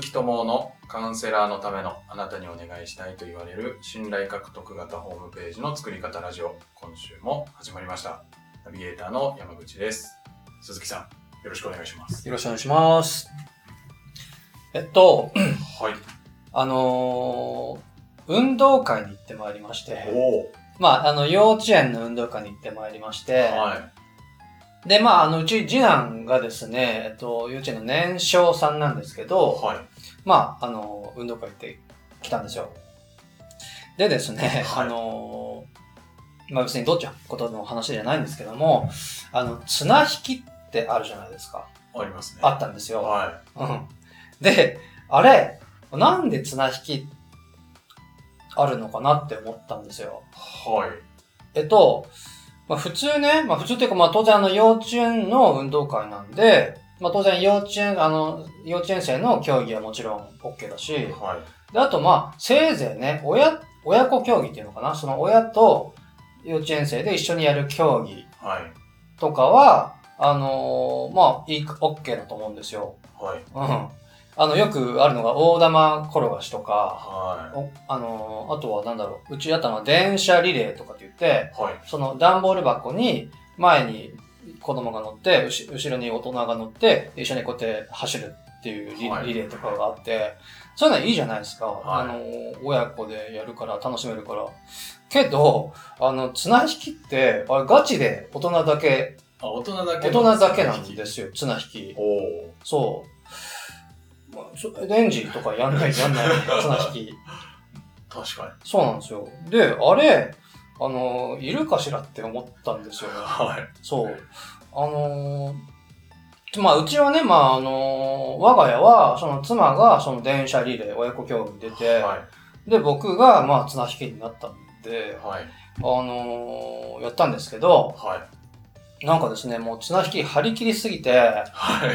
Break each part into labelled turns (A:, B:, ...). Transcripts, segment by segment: A: 木智のカウンセラーのためのあなたにお願いしたいと言われる信頼獲得型ホームページの作り方ラジオ今週も始まりましたナビゲーターの山口です鈴木さんよろしくお願いします
B: よろしくお願いします。えっと、
A: はい
B: あのー運動会に行ってまいりまして、
A: おお
B: まあ、あの、幼稚園の運動会に行ってまいりまして、
A: は
B: で、まあ、あの、うち次男がですね、えっと、幼稚園の年少さんなんですけ
A: い
B: ど、
A: は
B: まあ、あの、運動会行ってきたんですよ。でですね、
A: はい
B: あのーまあ別にどっちのことの話じゃないんですけども、あの、綱引きってあるじゃないですか。
A: いありますね
B: あったんですよ。
A: は
B: うんで、あれ、なんで綱引きあるのかなって思ったんですよ。
A: いはい
B: えっと、まあ、普通ね、まあ、普通というか、まあ、当然あの幼稚園の運動会なんで、まあ、当然幼稚園、あの、幼稚園生の競技はもちろん OK だし、
A: は
B: で、あとまあ、せいぜいね、親、親子競技っていうのかな、その親と幼稚園生で一緒にやる競技
A: いはい
B: とかは、あのーまあ、いい、OK だと思うんですよ。
A: はい
B: うん。あの、よくあるのが大玉転がしとか、
A: は
B: おあのーあとはなんだろう、うちだったのは電車リレーとかって言って、
A: いはい
B: その段ボール箱に前に子供が乗って、うし後ろに大人が乗って、一緒にこうやって走るっていうリ,、
A: はい
B: レーとかがあって、そういうのはいいじゃないですか。
A: はい
B: あのー親子でやるから楽しめるから。けど、あの、綱引きって、あれガチで大人だけ、
A: あ大人だけ
B: 大
A: の
B: 人だけなんですよ、綱引き。
A: おお
B: そう。まあ、そレンジとかやんない、やんない、綱引き。
A: 確かに
B: そうなんですよ。で、あれ、あのー、いるかしらって思ったんですよ。
A: はい
B: そう。あのーまあ、うちはね、まあ、あのー我が家は、その妻が、その電車リレー、親子競技に出て、
A: は
B: で、僕が、まあ、綱引きになったんで
A: い、はい
B: あのーやったんですけど、
A: はい
B: なんかですね、もう綱引き張り切りすぎて、
A: は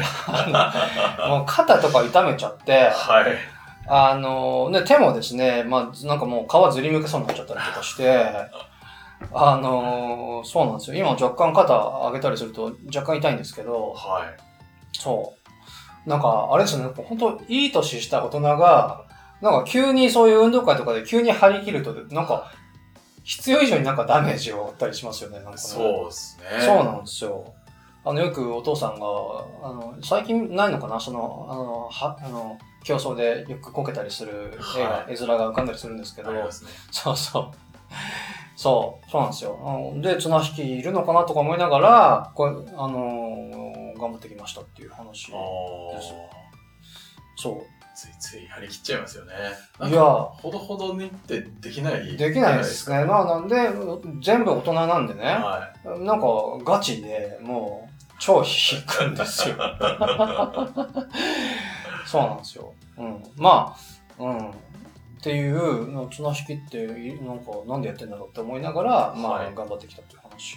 A: い
B: もう肩とか痛めちゃって、
A: はい
B: あのね、手もですね、まあ、なんかもう皮ずりむけそうになっちゃったりとかして、あのそうなんですよ。今若干肩上げたりすると若干痛いんですけど、
A: はい
B: そう。なんか、あれですよね、本当いい年した大人が、なんか急にそういう運動会とかで急に張り切ると、なんか、必要以上になんかダメージを負ったりしますよね、なんかね、
A: そうですね。
B: そうなんですよ。あの、よくお父さんが、あの、最近ないのかなその、あの、は、あの、競争でよくこけたりする映画、
A: は
B: 絵面が浮かんだりするんですけど
A: あ、りますね。
B: そうそう。そう、そうなんですよ。あので、綱引きいるのかなとか思いながら、これ、あのー頑張ってきましたっていう話
A: あ。あ、
B: そ
A: ついつい張り切っちゃいますよね。
B: う。
A: なん
B: い
A: か
B: や、
A: ほどほどにってできない。
B: できないですね。まあ、なんで、全部大人なんでね、
A: は
B: なんかガチでもう、超引くん ですよ。そうなんですよ。うん。まあ、うん。っていう、の綱引きって、いなんか、なんでやってんだろうって思いながら、まあ、
A: はい
B: 頑張ってきたっていう話
A: い。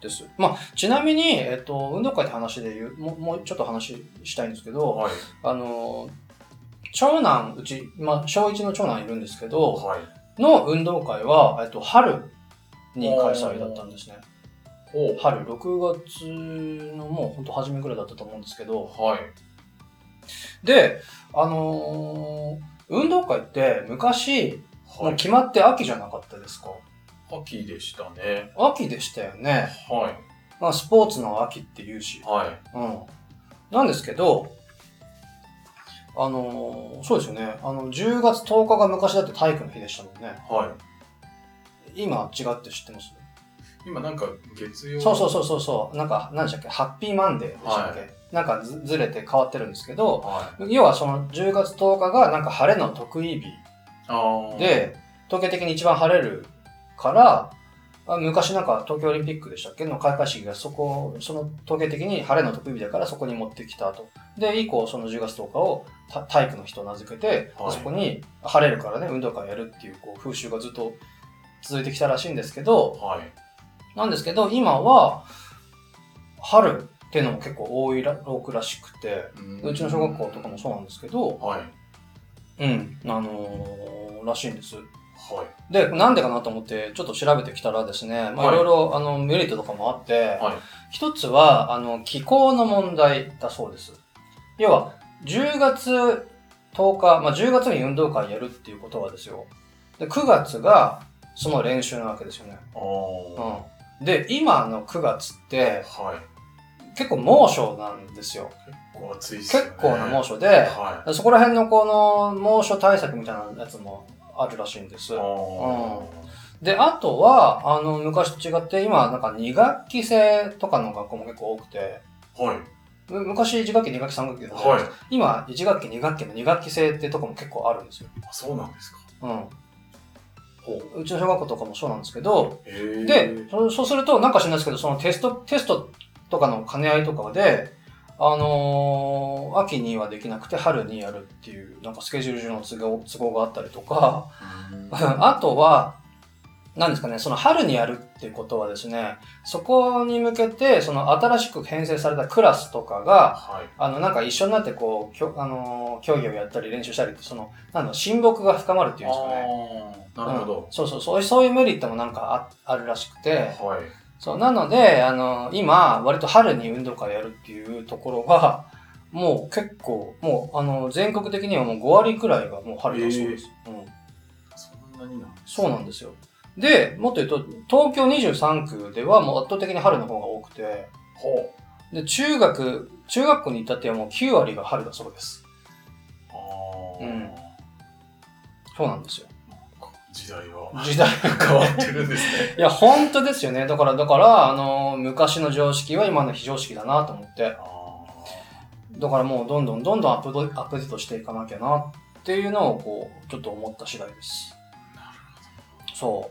B: です。まあ、ちなみに、えっと、運動会って話で言う、もうもうちょっと話したいんですけど、
A: はい。
B: あの、長男、うち、まあ、小1の長男いるんですけど、
A: はい。
B: の運動会は、えっと、春に開催だったんですね。
A: お
B: 春、6月のもう本当初めぐらいだったと思うんですけど、
A: はい。
B: で、あのー運動会って昔、も
A: は
B: う
A: い。
B: 決まって秋じゃなかったですか
A: 秋でしたね。
B: 秋でしたよね。
A: は
B: まあ、スポーツの秋って言うし
A: い。。はい。
B: うん。なんですけど、あのーそうですよね。あの、10月10日が昔だって体育の日でしたもんね。
A: は
B: 今違って知ってます
A: い。今なんか月曜。
B: そうそうそうそうそう。なんか、何でしたっけハッピーマンデーでしたっけ、
A: は
B: なんかずずれて変わってるんですけど、
A: はい。
B: 要はその10月10日がなんか晴れの特異日
A: ああ。、
B: で、統計的に一番晴れるから、あ昔なんか東京オリンピックでしたっけの開会式がそこ、その統計的に晴れの特異日だからそこに持ってきたと。で、以降その10月10日をた体育の日と名付けて、
A: はい
B: そこに晴れるからね、運動会やるっていうこう風習がずっと続いてきたらしいんですけど、
A: はい。
B: なんですけど、今は春っていうのも結構多いら多くらしくて、うちの小学校とかもそうなんですけど、
A: はい。
B: うん、あのーらしいんです。
A: はい。
B: で、なんでかなと思って、ちょっと調べてきたらですね、まあ、
A: はい
B: いろいろ、あの、メリットとかもあって、
A: はい
B: 一つは、あの、気候の問題だそうです。要は、 10月10日、まあ、10月に運動会やるっていうことはですよ。で、9月がその練習なわけですよね。
A: ああ。は
B: うん。で、今の9月って
A: い。
B: 結構猛暑なんですよ。
A: 結構暑いっすよね。
B: 結構な猛
A: 暑
B: 暑で、
A: はい。
B: そこら辺のこの猛暑対策みたいなやつもあるらしいんです
A: あ。ー
B: で、あとは、あの、昔と違って、今、なんか2学期制とかの学校も結構多くて、
A: はい。
B: む昔1学期、2学期、3学期だったじゃないですか
A: はい。
B: 今、1学期、2学期の2学期制ってとこも結構あるんですよ。
A: あそうなんですか。
B: うん。
A: ほう。
B: うちの小学校とかもそうなんですけど、
A: へー
B: で、そそうすると、なんか知らないですけど、そのテスト、テストとかの兼ね合いとかで、あのー秋にはできなくて春にやるっていう、なんかスケジュール上の都合都合があったりとか、
A: うん
B: あとは、何ですかね、その春にやるっていうことはですね、そこに向けて、その新しく編成されたクラスとかが、
A: はい。
B: あの、なんか一緒になってこう、きょあのー競技をやったり練習したりって、その、なんだろう親睦が深まるっていうんですかね。
A: あーなるほど
B: うん。そうそうそういう、そういうメリットもなんかああるらしくて、
A: はい。
B: そう、なので、あのー今、割と春に運動会やるっていうところが、もう結構、もう、あのー全国的にはもう5割くらいがもう春だそうです。うん
A: そんなになんです
B: そうなんですよ。で、もっと言うと、東京23区ではもう圧倒的に春の方が多くて、
A: ほう。
B: で、中学、中学校に至ってはもう9割が春だそうです。
A: ああ。
B: う
A: なん
B: んそうなんですよ。
A: か時代は
B: 時代。
A: 変わってるんですね。
B: いや、本当ですよね。だから、だから、あのー昔の常識は今の非常識だなと思って、
A: あ
B: だからもうどんどんどんどんアップドアップデートしていかなきゃなっていうのを、こう、ちょっと思った次第です。そ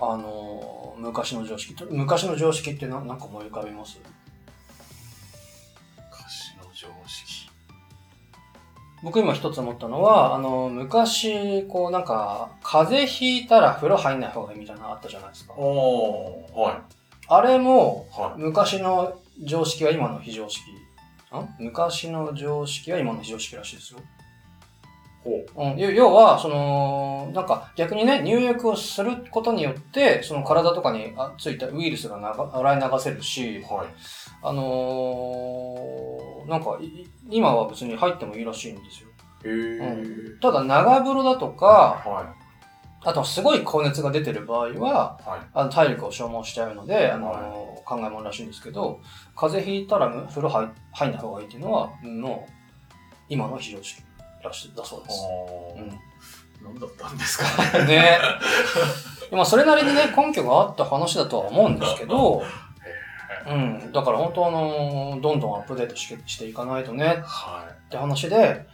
B: う。あのー昔の常識と、昔の常識ってななんか思い浮かびます
A: あ。昔の常識。
B: 僕今一つ思ったのは、あの、昔、こうなんか、風邪ひいたら風呂入んない方がいいみたいなのあったじゃないですか
A: あ。あ。はい。
B: あれも、
A: はい。
B: 昔の常識は今の非常識。ん昔の常識は今の非常識らしいですよ。
A: ほう。
B: うん、要要は、その、なんか逆にね、入浴をすることによって、その体とかにあついたウイルスがなが洗い流せるし、
A: はい。
B: あのーなんかい、い今は別に入ってもいいらしいんですよ。
A: へえ。
B: ただ長風呂だとか、
A: は
B: あと、すごい高熱が出てる場合は、
A: い。はい。
B: あの体力を消耗しちゃうので、あの、
A: はい
B: 考えもんらしいんですけど、風邪ひいたらむ風呂入入んない方がいいっていうのは、うんもう、今の非常識らしいだそうです。
A: あ
B: う
A: あ。なんだったんですか
B: ん、ね え。まあ、それなりにね、根拠があった話だとは思うんですけど、うん。だから本当あのどんどんアップデートしてしていかないとね
A: は
B: って話で、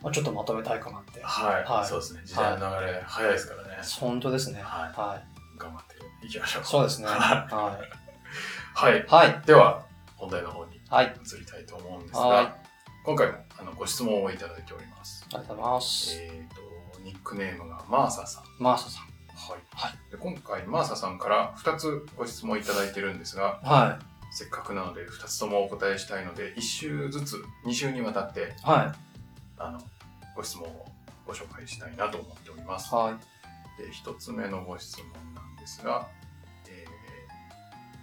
B: まあ、ちょっとまとめたいかなって
A: い。。はい。
B: はい
A: そうですね。時代の流れ、早いですからね。
B: 本当ですね。
A: は
B: はい。
A: い。頑張っていきましょう。
B: そうですね。
A: は。
B: はいい。はい。
A: では、本題の方に
B: はい。あり
A: 移りたいと思うんです
B: はい
A: が、今回もあのご質問をいただいております。
B: がとうございます。
A: えっと、ニックネームがマーサさん。
B: マーサさん。
A: はい。
B: は
A: で今回、マーサさんから2つご質問いただいてるんですが、
B: は
A: せっかくなので2つともお答えしたいので、1週ずつ、2週にわたって、
B: い。は
A: あの、ご質問をご紹介したいなと思っておりま
B: い。。
A: す
B: は
A: で、一つ目のご質問なんですが、え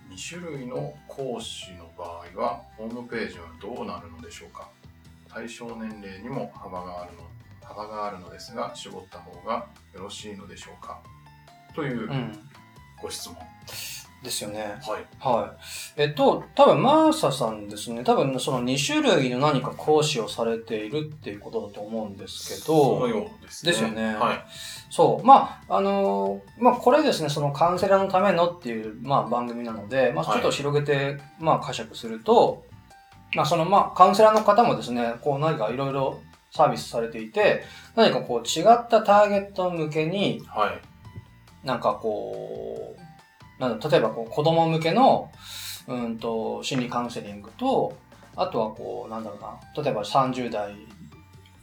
A: ー、2種類の講師の場合は、ホームページはどうなるのでしょうか対象年齢にも幅があるの幅があるのですが、絞った方がよろしいのでしょうかとい
B: い。う。
A: うんご質問。
B: ですよね。
A: はい。
B: はい。えっと、多分マーサさんですね。多分その2種類の何か講師をされているっていうことだと思うんですけ
A: その
B: ど、
A: ようです
B: ですよね
A: はい。
B: そう。まあ、あのーまあ、これですね、そのカウンセラーのためのっていう、まあ、番組なので、まあ、
A: はい
B: ちょっと広げて、まあ、解釈すると、まあ、その、まあ、カウンセラーの方もですね、こう、何かいろいろサービスされていて、何かこう、違ったターゲット向けに、
A: はい。
B: なんかこう、なんだ例えばこう子供向けの、うんと、心理カウンセリングと、あとはこう、なんだろうな、例えば30代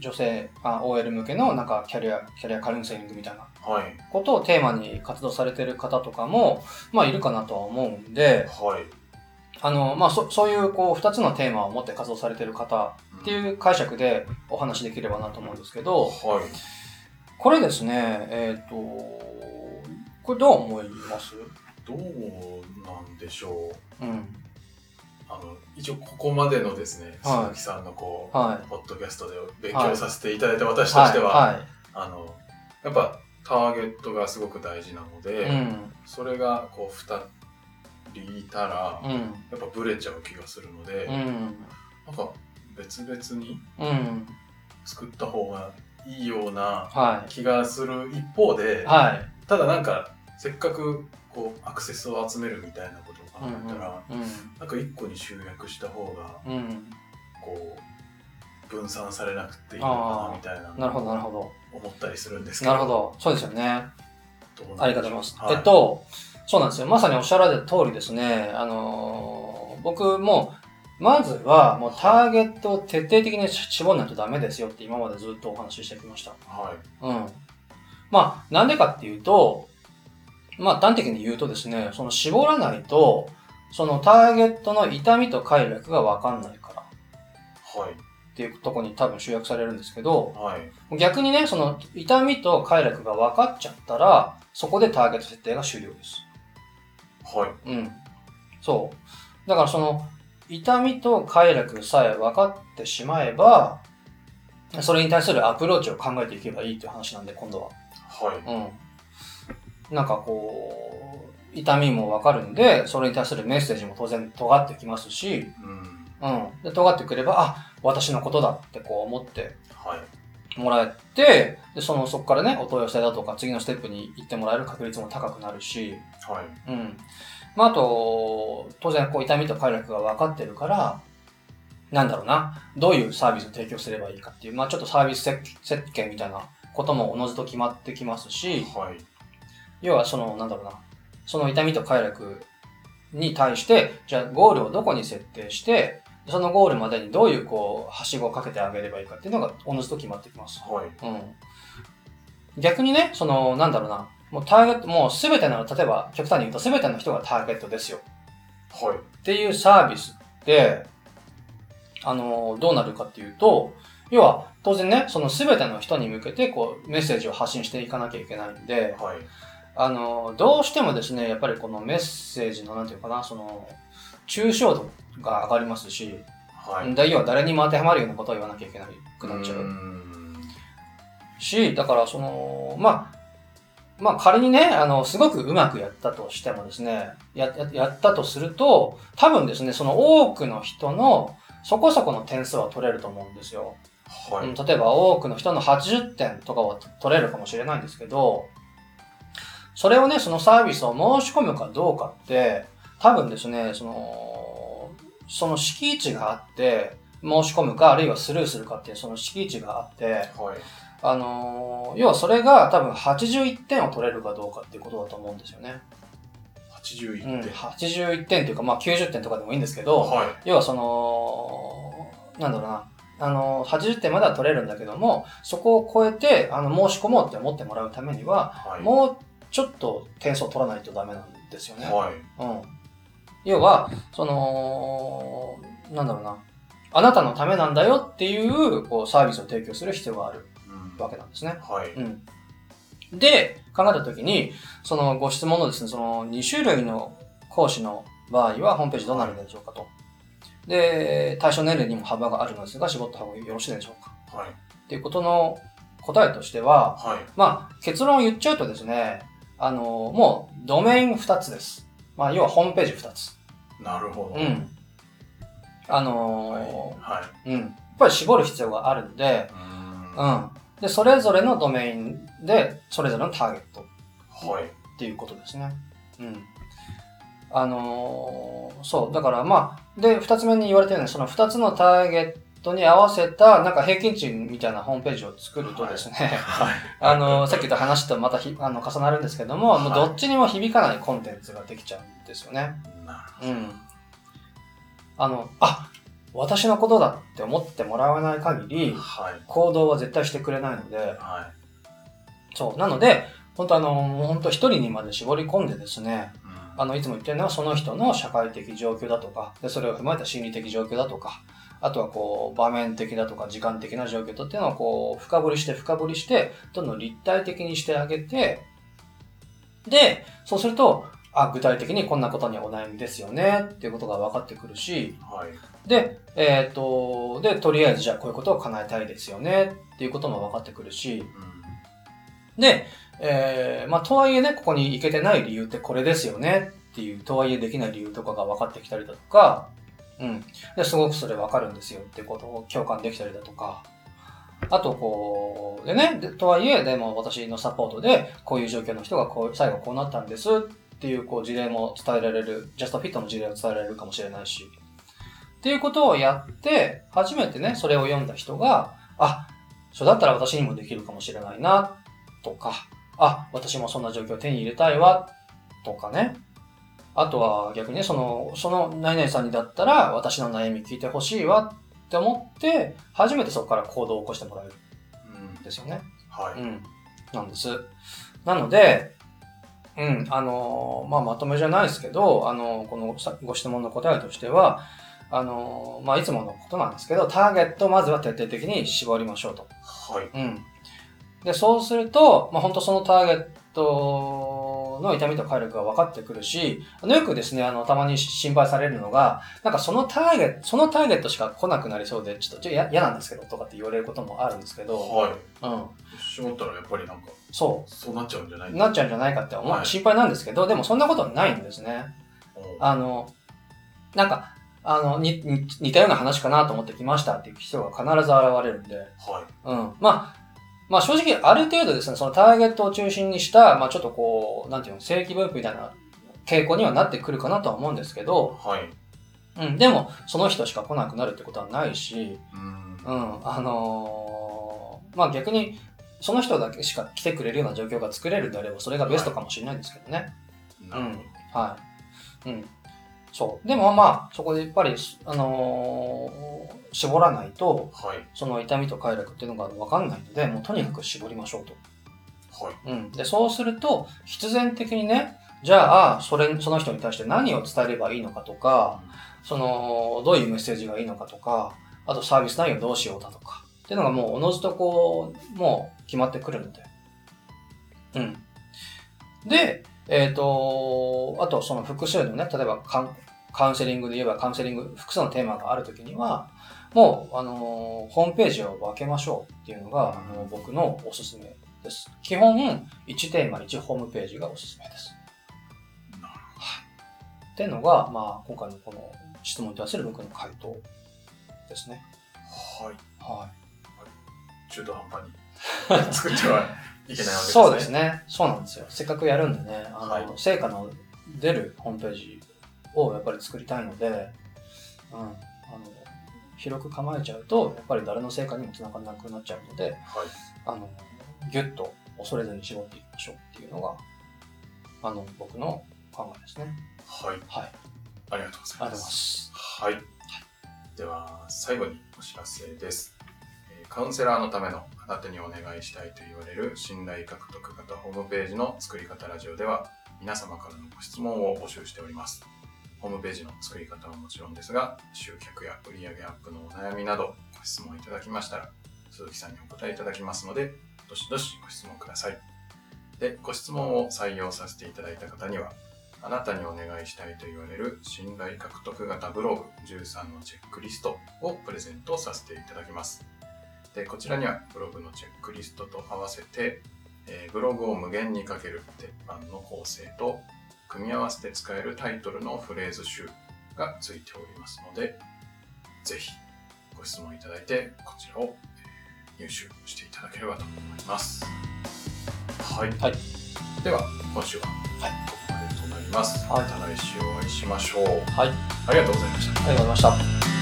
B: 女性、あ OL 向けのなんかキャリア、キャリアカウンセリングみたいな
A: はい。
B: ことをテーマに活動されてる方とかも、まあいるかなとは思うんで、
A: はい。
B: あの、まあそそういうこう2つのテーマを持って活動されてる方って
A: うん。
B: いう解釈でお話しできればなと思うんですけど、
A: はい。
B: これですね、えっ、と、これどう思います
A: どうなんでしょう
B: うん。
A: ああの、一応ここまでのですね、
B: はい
A: 鈴木さんのこう、
B: はい。
A: ポッドキャストで勉強させていただいた私としては、
B: はい。
A: あの、やっぱターゲットがすごく大事なので、
B: はいうん。
A: それがこう2人いたら、
B: う
A: や
B: ん。
A: っぱブレちゃう気がするので、
B: うん。
A: なんか別々に
B: うん。
A: 作った方がいいような
B: は
A: 気がする一方で、
B: い。はい。
A: ただなんかせっかくこうアクセスを集めるみたいなことを考えたら、
B: う
A: なんか一個に集約した方が
B: ん。うん。
A: こう分散されなくていいのかなみたいな
B: なるほど、なるほど。
A: 思ったりするんですけど
B: なるほど。そうですよね。
A: どうなんでしょう
B: ありがとうございます。
A: はい
B: えっと、そうなんですよ。まさにおっしゃられた通りですね。あのー僕も、まずは、もうターゲットを徹底的に絞んないとダメですよって今までずっとお話ししてきました。
A: はい
B: うん。まあ、なんでかっていうと、まあ、端的に言うとですね、その絞らないと、そのターゲットの痛みと快楽がわかんないから
A: はい
B: っていうとこに多分集約されるんですけど、
A: はい
B: 逆にね、その痛みと快楽が分かっちゃったら、そこでターゲット設定が終了です。
A: はい
B: うん。そう。だからその、痛みと快楽さえ分かってしまえば、それに対するアプローチを考えていけばいいっていう話なんで、今度は。
A: はい
B: うん。なんかこう、痛みもわかるんで、それに対するメッセージも当然尖ってきますし、
A: うん
B: うん。で、尖ってくれば、あ、私のことだってこう思って
A: はい
B: もらえて、で、その、そこからね、お問い合わせだとか、次のステップに行ってもらえる確率も高くなるし、
A: はい
B: うん。まあ、あと、当然、こう、痛みと快楽が分かってるから、なんだろうな、どういうサービスを提供すればいいかっていう、まあ、ちょっとサービス設設計みたいなこともおのずと決まってきますし、
A: はい
B: 要はその、なんだろうな、その痛みと快楽に対して、じゃあゴールをどこに設定して、そのゴールまでにどういうこう、はしごをかけてあげればいいかっていうのが、おのずと決まってきます。
A: はい
B: うん。逆にね、その、なんだろうな、もうターゲット、もうすべての、例えば、極端に言うとすべての人がターゲットですよ。
A: はい
B: っていうサービスって、あの、どうなるかっていうと、要は、当然ね、その全ての人に向けて、こう、メッセージを発信していかなきゃいけないんで、
A: はい
B: あの、どうしてもですね、やっぱりこのメッセージの、なんていうかな、その、抽象度が上がりますし、
A: はい
B: 要は誰にも当てはまるようなことを言わなきゃいけなくなっちゃ
A: うー
B: うんし、だからその、まあ、まあ仮にね、あの、すごくうまくやったとしてもですね、や、ややったとすると、多分ですね、その多くの人の、そこそこの点数は取れると思うんですよ。
A: はい
B: うん例えば多くの人の80点とかは取れるかもしれないんですけど、それをね、そのサービスを申し込むかどうかって、多分ですね、その、その敷地があって、申し込むか、あるいはスルーするかっていうその敷地があって、
A: はい
B: あのー要はそれが多分81点を取れるかどうかっていうことだと思うんですよね。
A: 81
B: うん、
A: 点
B: 81点というか、まあ90点とかでもいいんですけど、
A: は
B: 要はその、なんだろうな、あの、80点までは取れるんだけども、そこを超えて、あの、申し込もうって思ってもらうために
A: い
B: は、
A: はい
B: もうちょっと点数を取らないとダメなんですよね。
A: はい
B: うん。要は、その、なんだろうな、あなたのためなんだよっていう、こう、サービスを提供する必要がある
A: うん
B: わけなんですね。
A: はい
B: うん。で、考えたときに、そのご質問のですね、その2種類の講師の場合は、ホームページどうなるんでしょうかと。で、対象年齢にも幅があるのですが、絞った方がよろしいでしょうか
A: はい
B: っていうことの答えとしては、
A: はい
B: まあ、結論を言っちゃうとですね、あの、もう、ドメイン2つです。まあ、要はホームページ2つ。
A: なるほど
B: うん。あ
A: はい
B: の
A: はい
B: ーうん。やっぱり絞る必要があるんで、
A: うーんは
B: うん。で、それぞれのドメインで、それぞれのターゲット
A: い
B: っていうことですね。うん。あのーそう、だからまあ、で、二つ目に言われてるのは、その二つのターゲットに合わせた、なんか平均値みたいなホームページを作るとですね、
A: はい
B: あのーさっき言った話とまたひあの重なるんですけども、もう
A: はい
B: どっちにも響かないコンテンツができちゃうんですよね。
A: な
B: うん。あの、あ私のことだって思ってもらわない限り、
A: はい
B: 行動は絶対してくれないので、
A: は
B: そう。なので、本当あの、もう本当一人にまで絞り込んでですね、
A: いうん
B: あの、いつも言ってるのはその人の社会的状況だとか、でそれを踏まえた心理的状況だとか、あとはこう、場面的だとか時間的な状況とっていうのをこう、深掘りして深掘りして、どんどん立体的にしてあげて、で、そうすると、あ、具体的にこんなことにお悩みですよねっていうことが分かってくるし、
A: はい。
B: で、えっ、と、で、とりあえずじゃあこういうことを叶えたいですよねっていうことも分かってくるし、
A: う
B: で、えーまあ、とはいえね、ここに行けてない理由ってこれですよねっていう、とはいえできない理由とかが分かってきたりだとか、うん。で、すごくそれ分かるんですよってことを共感できたりだとか、あと、こう、でね、でとはいえ、でも私のサポートで、こういう状況の人がこう、最後こうなったんですっていう、こう、事例も伝えられる、ジャストフィットの事例を伝えられるかもしれないし、っていうことをやって、初めてね、それを読んだ人が、あ、それだったら私にもできるかもしれないなとか、あ、私もそんな状況を手に入れたいわ、とかね。あとは逆にね、その、その何々さんにだったら私の悩み聞いてほしいわって思って、初めてそこから行動を起こしてもらえる
A: ん
B: んですよね。
A: は
B: う
A: い。
B: ん。なんです。なので、うん、あのーまあ、まとめじゃないですけど、あのーこのさご質問の答えとしては、あのーまあ、いつものことなんですけど、ターゲットをまずは徹底的に絞りましょうと。
A: はい。
B: うん。で、そうすると、まあ、本当そのターゲットの痛みと火力が分かってくるし、あのよくですね、あの、たまに心配されるのが、なんかそのターゲット、そのターゲットしか来なくなりそうで、ちょっとちょや嫌なんですけど、とかって言われることもあるんですけど、
A: は
B: うん。
A: い。絞ったらやっぱりなんか、
B: そ。
A: そうなっちゃうんじゃないう
B: なっちゃうんじゃないかって思う、
A: はい
B: 心配なんですけど、でもそんなことはないんですね。
A: おう
B: あの、なんか、あの、に、に似たような話かなと思って来ましたっていう人が必ず現れるんで、
A: は
B: うん。まあ、まあ正直ある程度ですね、そのターゲットを中心にした、まあちょっとこう、なんていうの、正規分布みたいな傾向にはなってくるかなとは思うんですけ
A: い。
B: ど、
A: はい。
B: うん、でも、その人しか来なくなるってことはないし、
A: うん。
B: うん、あのーまあ逆に、その人だけしか来てくれるような状況が作れるんであれば、それがベストかもしれないんですけどね。
A: なるほど。
B: はい。うん。そう。でもまあ、そこでやっぱり、あのー絞らないと、
A: はい。
B: その痛みと快楽っていうのが分かんないので、もうとにかく絞りましょうと。
A: はい。
B: うん、でそうすると必然的にねじゃあそれその人に対して何を伝えればいいのかとかそのどういうメッセージがいいのかとかあとサービス内容どうしようだとかっていうのがもうおのずとこうもう決まってくるので。うん、で、えっとあとその複数のね例えばカウンカウンセリングで言えばカウンセリング複数のテーマがある時にはもう、あのーホームページを分けましょうっていうのが、あの僕のおすすめです。基本、1テーマ、1ホームページがおすすめです。
A: なる
B: っていうのが、まあ、今回のこの質問に対する僕の回答ですね。
A: ほど。はい。
B: は
A: 中途半端に 作っ
B: い。
A: てはいけないわけですね。
B: そうですね。そうなんですよ。せっかくやるんでね、あの、
A: はい
B: 成果の出るホームページをやっぱり作りたいので、うん、あの広く構えちゃうと、やっぱり誰の成果にもつながらなくなっちゃうので、
A: はい。
B: あの、ぎゅっと恐れずに絞っていきましょうっていうのが、あの、僕の考えですね。
A: はい。
B: はい。
A: ありがとうござい
B: ありがとうご
A: ま
B: ざい
A: す
B: ま。す。
A: はい。では、最後にお知らせです。えーカウンセラーのためのあなたにお願いしたいと言われる信頼獲得型ホームページの作り方ラジオでは、皆様からのご質問を募集しております。ホームページの作り方はもちろんですが、集客や売上アップのお悩みなどご質問いただきましたら、鈴木さんにお答えいただきますので、どしどしご質問ください。で、ご質問を採用させていただいた方には、あなたにお願いしたいと言われる信頼獲得型ブログ13のチェックリストをプレゼントさせていただきます。でこちらにはブログのチェックリストと合わせて、えーブログを無限にかける鉄板の構成と組み合わせて使えるタイトルのフレーズ集がついておりますので、ぜひご質問いただいてこちらをえー入手していただければと思います。はい。
B: はい
A: では今週は
B: はい
A: ここまでとなります。
B: はい
A: また来週お会いしましょう。
B: はい。あり
A: ありがとうございました。
B: がとうございました。